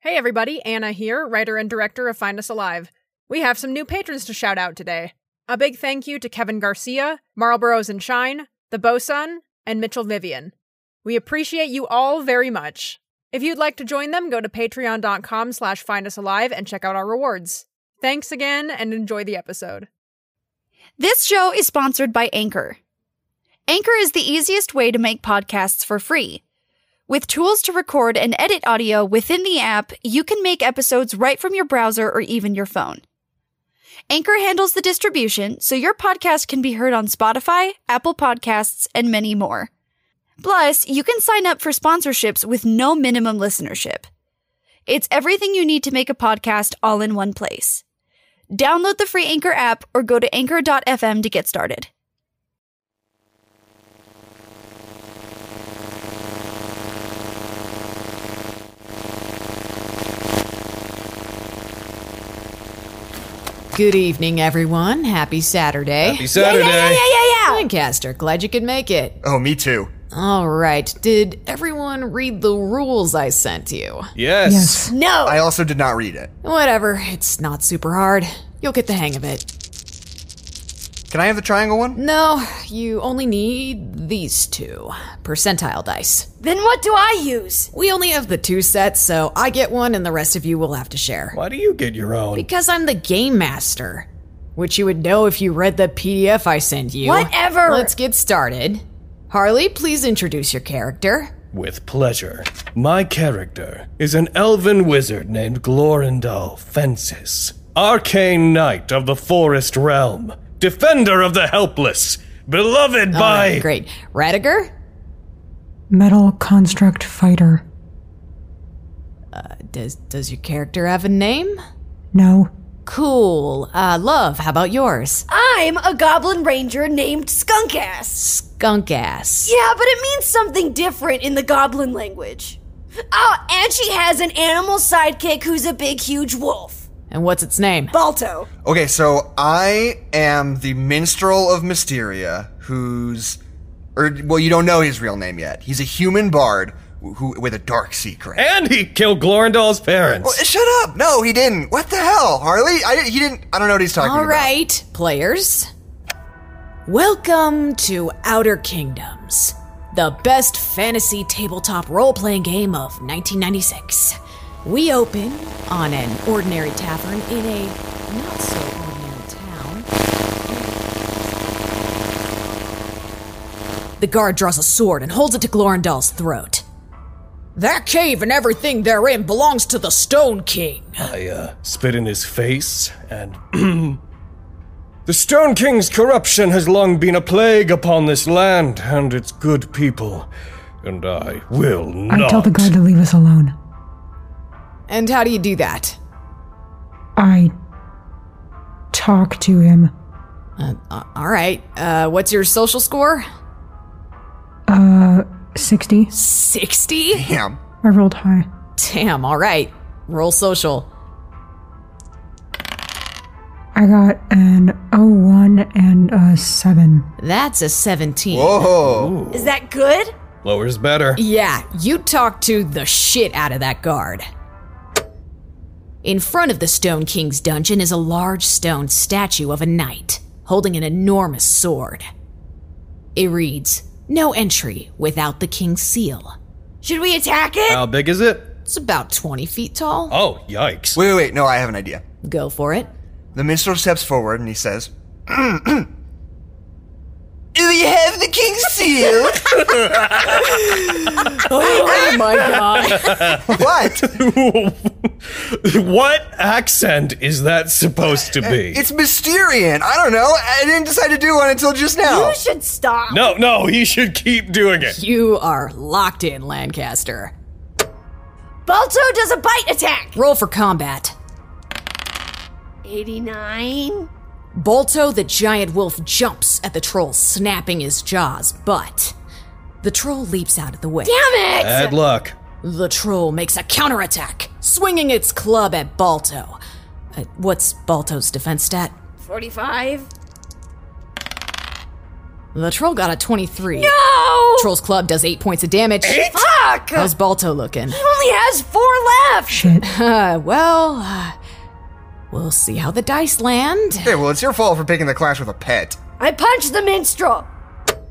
Hey everybody, Anna here, writer and director of Find Us Alive. We have some new patrons to shout out today. A big thank you to Kevin Garcia, Marlboros and Shine, The Bosun, and Mitchell Vivian. We appreciate you all very much. If you'd like to join them, go to patreon.com slash findusalive and check out our rewards. Thanks again and enjoy the episode. This show is sponsored by Anchor. Anchor is the easiest way to make podcasts for free. With tools to record and edit audio within the app, you can make episodes right from your browser or even your phone. Anchor handles the distribution, so your podcast can be heard on Spotify, Apple Podcasts, and many more. Plus, you can sign up for sponsorships with no minimum listenership. It's everything you need to make a podcast all in one place. Download the free Anchor app or go to anchor.fm to get started. Good evening, everyone. Happy Saturday. Happy Saturday. yeah, Lancaster, glad you could make it. Oh, me too. All right, did everyone read the rules I sent you? Yes. No. I also did not read it. Whatever, it's not super hard. You'll get the hang of it. Can I have the triangle one? No, you only need these two percentile dice. then what do I use? We only have the two sets, so I get one and the rest of you will have to share. Why do you get your own? Because I'm the game master, which you would know if you read the PDF I sent you. Whatever. Oh, Let's get started. Harley, please introduce your character. With pleasure. My character is an elven wizard named Glorindal Fences, arcane knight of the forest realm, defender of the helpless, beloved by. Great. Radiger? Metal construct fighter. Does does your character have a name? No. Cool. Uh love, how about yours? I'm a goblin ranger named Skunkass. Skunk ass. Yeah, but it means something different in the goblin language. Oh, and she has an animal sidekick who's a big, huge wolf. And what's its name? Balto. Okay, so I am the minstrel of Mysteria, who's, or well, you don't know his real name yet. He's a human bard who, who with a dark secret. And he killed Glorindal's Oh, parents. shut up! No, he didn't. What the hell, Harley? I, he didn't. I don't know what he's talking All about. right, players. Welcome to Outer Kingdoms, the best fantasy tabletop role playing game of 1996. We open on an ordinary tavern in a not so ordinary town. The guard draws a sword and holds it to Glorindal's throat. That cave and everything therein belongs to the Stone King. I uh, spit in his face and. the Stone King's corruption has long been a plague upon this land and its good people. And I will not. I tell the guard to leave us alone. And how do you do that? I talk to him. uh, All right. Uh, what's your social score? 60. 60? Damn. Uh, I rolled high. Damn, all right. Roll social. I got an 01 and a 7. That's a 17. Oh, Whoa. Is that good? Lower's better. Yeah, you talked to the shit out of that guard. In front of the Stone King's dungeon is a large stone statue of a knight holding an enormous sword. It reads No entry without the king's seal. Should we attack it? How big is it? It's about 20 feet tall. Oh, yikes. Wait, wait, wait. No, I have an idea. Go for it. The minstrel steps forward and he says, "Do you have the king's seal? Oh my god. what?" what accent is that supposed to be? It's Mysterian. I don't know. I didn't decide to do one until just now. You should stop. no, no, he should keep doing it. you are locked in, Lancaster. Balto does a bite attack. Roll for combat. 89. Bolto the giant wolf jumps at the troll, snapping his jaws, but the troll leaps out of the way. Damn it. Eh. Bad luck. The troll makes a counterattack, swinging its club at Balto. Uh, what's Balto's defense stat? 45. The troll got a 23. No. Troll's club does 8 points of damage. Eight? Fuck! How's Balto looking? He only has four left! Shit. Uh, well, uh, we'll see how the dice land. Hey, well, it's your fault for picking the clash with a pet. I punched the minstrel!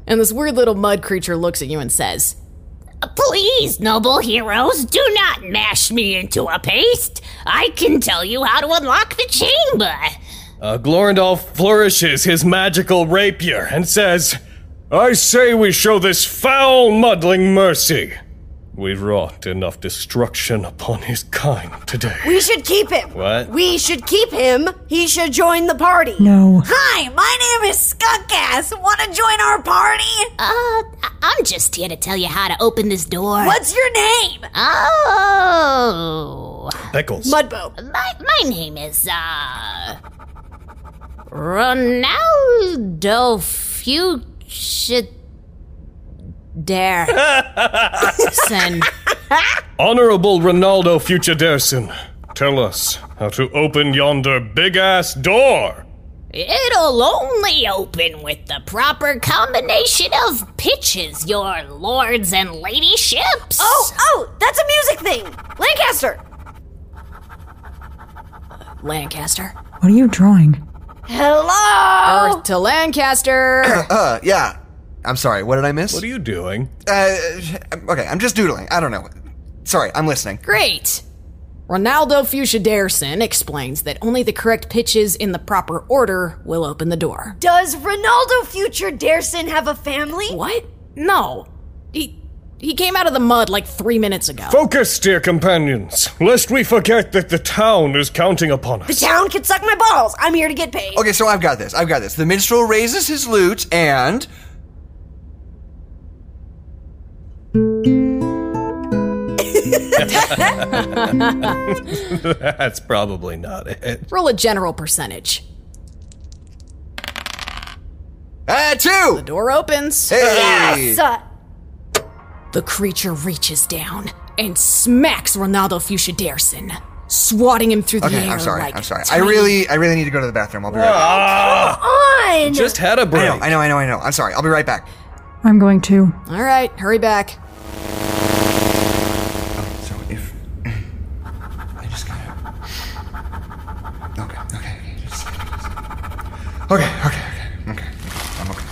And this weird little mud creature looks at you and says, Please, noble heroes, do not mash me into a paste. I can tell you how to unlock the chamber. Uh, Glorindal flourishes his magical rapier and says, I say we show this foul muddling mercy. We wrought enough destruction upon his kind today. We should keep him! What? We should keep him! He should join the party! No. Hi, my name is Skunkass! Wanna join our party? Uh, I- I'm just here to tell you how to open this door. What's your name? Uh. Oh, Pickles. Mudbo. my my name is uh Ronaldo Future. Dare. Sin. Honorable Ronaldo Future Derson, tell us how to open yonder big ass door. It'll only open with the proper combination of pitches, your lords and ladyships. Oh, oh, that's a music thing! Lancaster! Lancaster. What are you drawing? Hello! Oh. Earth to Lancaster. Uh, yeah. I'm sorry, what did I miss? What are you doing? uh, okay, I'm just doodling. I don't know. Sorry, I'm listening. Great. Ronaldo Fuchsiderson explains that only the correct pitches in the proper order will open the door. Does Ronaldo Future Dareson have a family? What? No. He he came out of the mud like three minutes ago. Focus, dear companions, lest we forget that the town is counting upon The us. town can suck my balls! I'm here to get paid! Okay, so I've got this. I've got this. The minstrel raises his lute and. That's probably not it. Roll a general percentage. Ah, two! Door opens. Hey! Yes! Uh, The creature reaches down and smacks Ronaldo Fuchsiderson, swatting him through the Okay, air. I'm sorry. like I'm sorry. I tiny- really, I really need to go to the bathroom. I'll be right back. Ah, on! just had a I break. know, I know, I know, I know. I'm sorry. I'll be right back. I'm going to. All right, hurry back. So if I just gotta okay, okay, okay, just, just- okay, okay, okay, okay, I'm okay, I'm okay.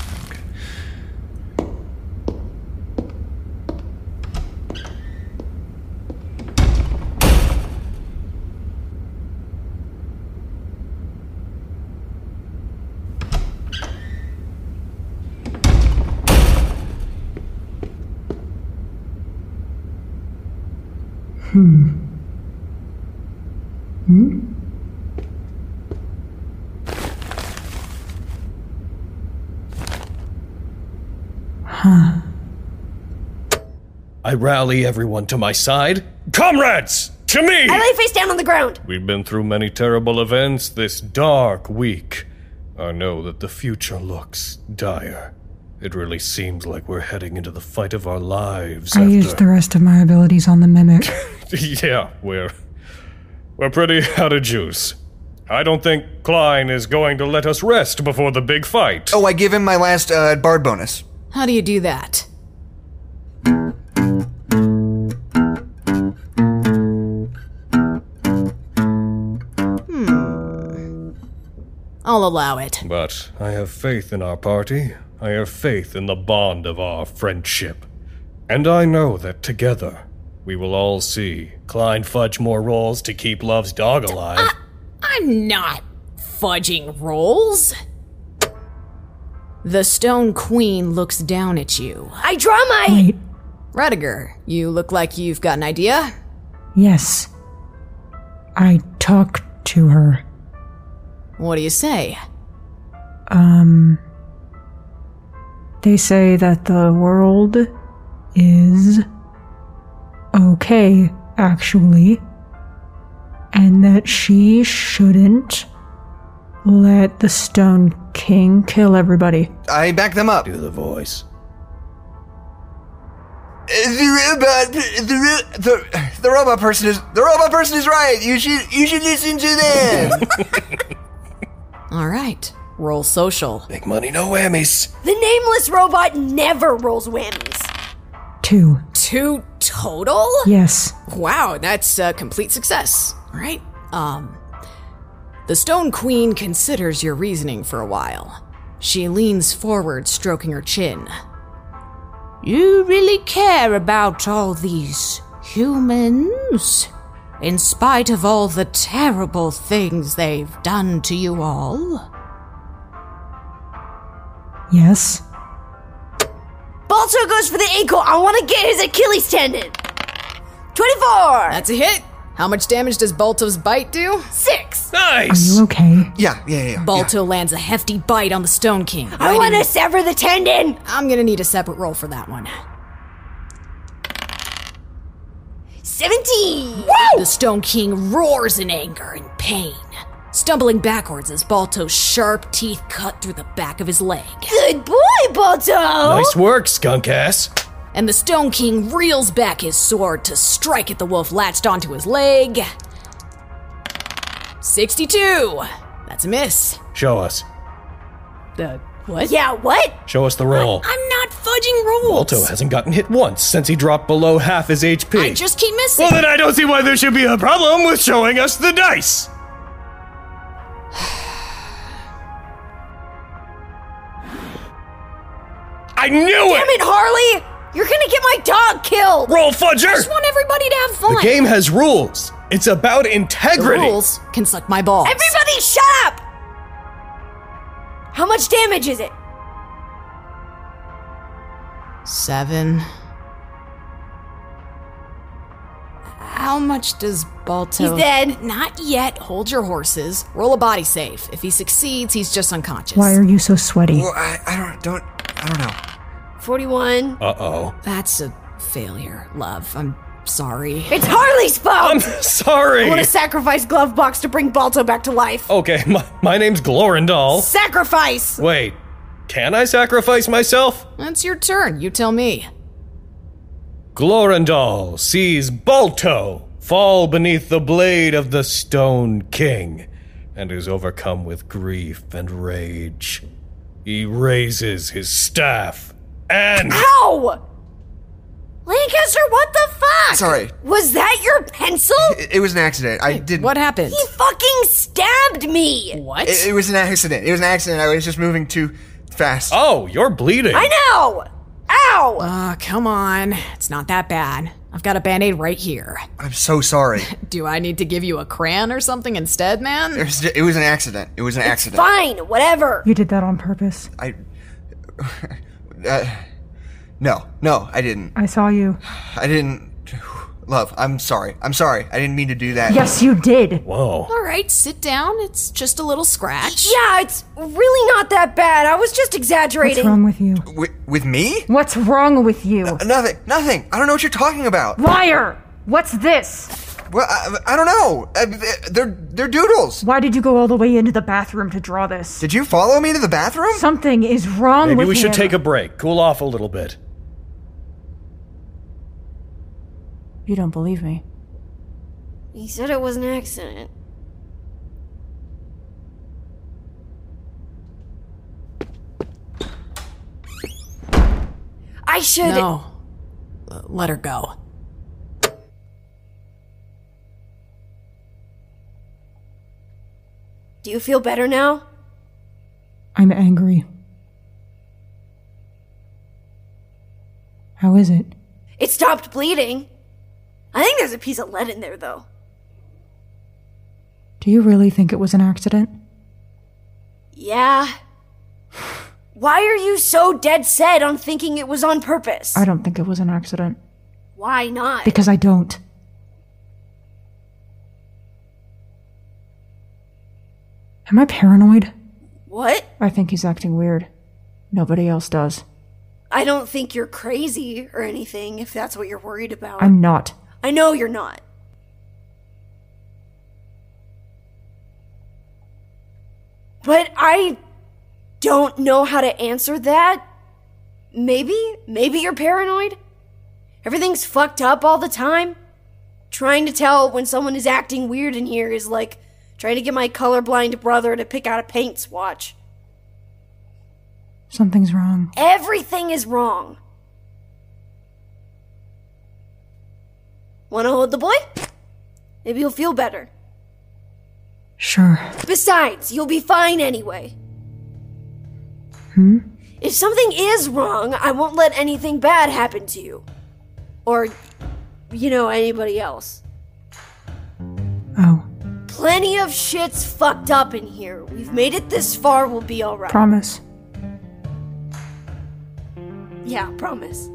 I rally everyone to my side. Comrades, to me! I lay face down on the ground! We've been through many terrible events this dark week. I know that the future looks dire. It really seems like we're heading into the fight of our lives. I after... used the rest of my abilities on the mimic. yeah, we're we're pretty out of juice. I don't think Klein is going to let us rest before the big fight. Oh, I give him my last uh, bard bonus. How do you do that? Hmm. I'll allow it. But I have faith in our party. I have faith in the bond of our friendship. And I know that together we will all see Klein fudge more rolls to keep Love's dog alive. I'm not fudging rolls. The Stone Queen looks down at you. I draw my. Wait. Rediger, you look like you've got an idea. Yes. I talk to her. What do you say? Um. They say that the world is okay, actually, and that she shouldn't let the Stone King kill everybody. I back them up. Do the voice. The robot, the, ro- the the robot person is the robot person is right. You should you should listen to them. All right, roll social. Big money, no whammies. The nameless robot never rolls whammies. Two. Two total? Yes. Wow, that's a complete success. All right. Um, the Stone Queen considers your reasoning for a while. She leans forward, stroking her chin. You really care about all these humans? In spite of all the terrible things they've done to you all? Yes. Balto goes for the ankle. I want to get his Achilles tendon. 24. That's a hit. How much damage does Balto's bite do? Six. Nice! You okay? Yeah, yeah, yeah. yeah. Balto lands a hefty bite on the Stone King. I want to sever the tendon. I'm gonna need a separate roll for that one. 17. The Stone King roars in anger and pain, stumbling backwards as Balto's sharp teeth cut through the back of his leg. Good boy, Balto. Nice work, skunk ass. And the Stone King reels back his sword to strike at the wolf latched onto his leg. 62. That's a miss. Show us. The what? Yeah, what? Show us the roll. I'm not fudging rules. Oh. Balto hasn't gotten hit once since he dropped below half his HP. I just keep missing. Well, then I don't see why there should be a problem with showing us the dice. I knew Damn it, Harley. You're going to get my dog killed. Roll fudger! I want everybody to have fun. The game has rules. It's about integrity. rules can suck my balls. Everybody shut up. How much damage is it? Seven. How much does Balto? He's dead. Not yet. Hold your horses. Roll a body save. If he succeeds, he's just unconscious. Why are you so sweaty? Well, I, I don't don't I don't know. 41. Uh oh. That's a failure, love. I'm sorry. It's Harley's fault. I'm sorry. I want to sacrifice glove box to bring Balto back to life. Okay, my, my name's Glorindal. Sacrifice. Wait, can I sacrifice myself? That's your turn. You tell me. Glorindal sees Balto fall beneath the blade of the Stone King and is overcome with grief and rage. He raises his staff and. Ow! Lancaster, what the fuck? Sorry. Was that your pencil? It, it was an accident. I didn't. What happened? He fucking stabbed me. What? It, it was an accident. It was an accident. I was just moving too fast. Oh, you're bleeding. I know. Ow. Ah, come on. It's not that bad. I've got a band aid right here. I'm so sorry. Do I need to give you a crayon or something instead, man? It was, ju- it was an accident. It was an accident. Fine. Whatever. You did that on purpose. I. uh, no, no, I didn't. I saw you. I didn't. Love, I'm sorry. I'm sorry. I didn't mean to do that. Yes, you did. Whoa. All right, sit down. It's just a little scratch. Yeah, it's really not that bad. I was just What's exaggerating. wrong with you? With, with me? What's wrong with you? Nothing. Nothing. I don't know what you're talking about. Liar! What's this? Well, I, I don't know. Uh, They're they're doodles. Why did you go all the way into the bathroom to draw this? Did you follow me to the bathroom? Something is wrong Maybe with we should him. take a break, cool off a little bit. You don't believe me. He said it was an accident. I should. No. Uh, Let her go. Do you feel better now? I'm angry. How is it? It stopped bleeding. I think there's a piece of lead in there, though. Do you really think it was an accident? Yeah. Why are you so dead set on thinking it was on purpose? I don't think it was an accident. Why not? Because I don't. Am I paranoid? what? I think he's acting weird. Nobody else does. I don't think you're crazy or anything, if that's what you're worried about. I'm not. I know you're not. But I don't know how to answer that. Maybe, maybe you're paranoid. Everything's fucked up all the time. Trying to tell when someone is acting weird in here is like trying to get my colorblind brother to pick out a paint swatch. Something's wrong. Everything is wrong. Wanna hold the boy? Maybe he'll feel better. Sure. Besides, you'll be fine anyway. Hmm? If something is wrong, I won't let anything bad happen to you. Or, you know, anybody else. Oh. Plenty of shit's fucked up in here. We've made it this far, we'll be alright. Promise. Yeah, promise.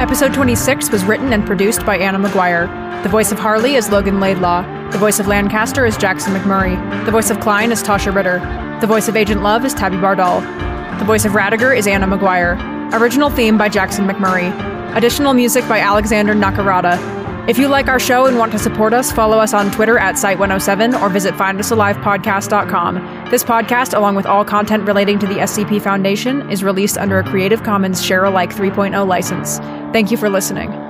Episode 26 was written and produced by Anna McGuire. The voice of Harley is Logan Laidlaw. The voice of Lancaster is Jackson McMurray. The voice of Klein is Tasha Ritter. The voice of Agent Love is Tabby Bardal. The voice of Radiger is Anna McGuire. Original theme by Jackson McMurray. Additional music by Alexander Nakarada. If you like our show and want to support us, follow us on Twitter at Site107 or visit findusalivepodcast.com. This podcast, along with all content relating to the SCP Foundation, is released under a Creative Commons Share Alike 3.0 license. oh Thank you for listening.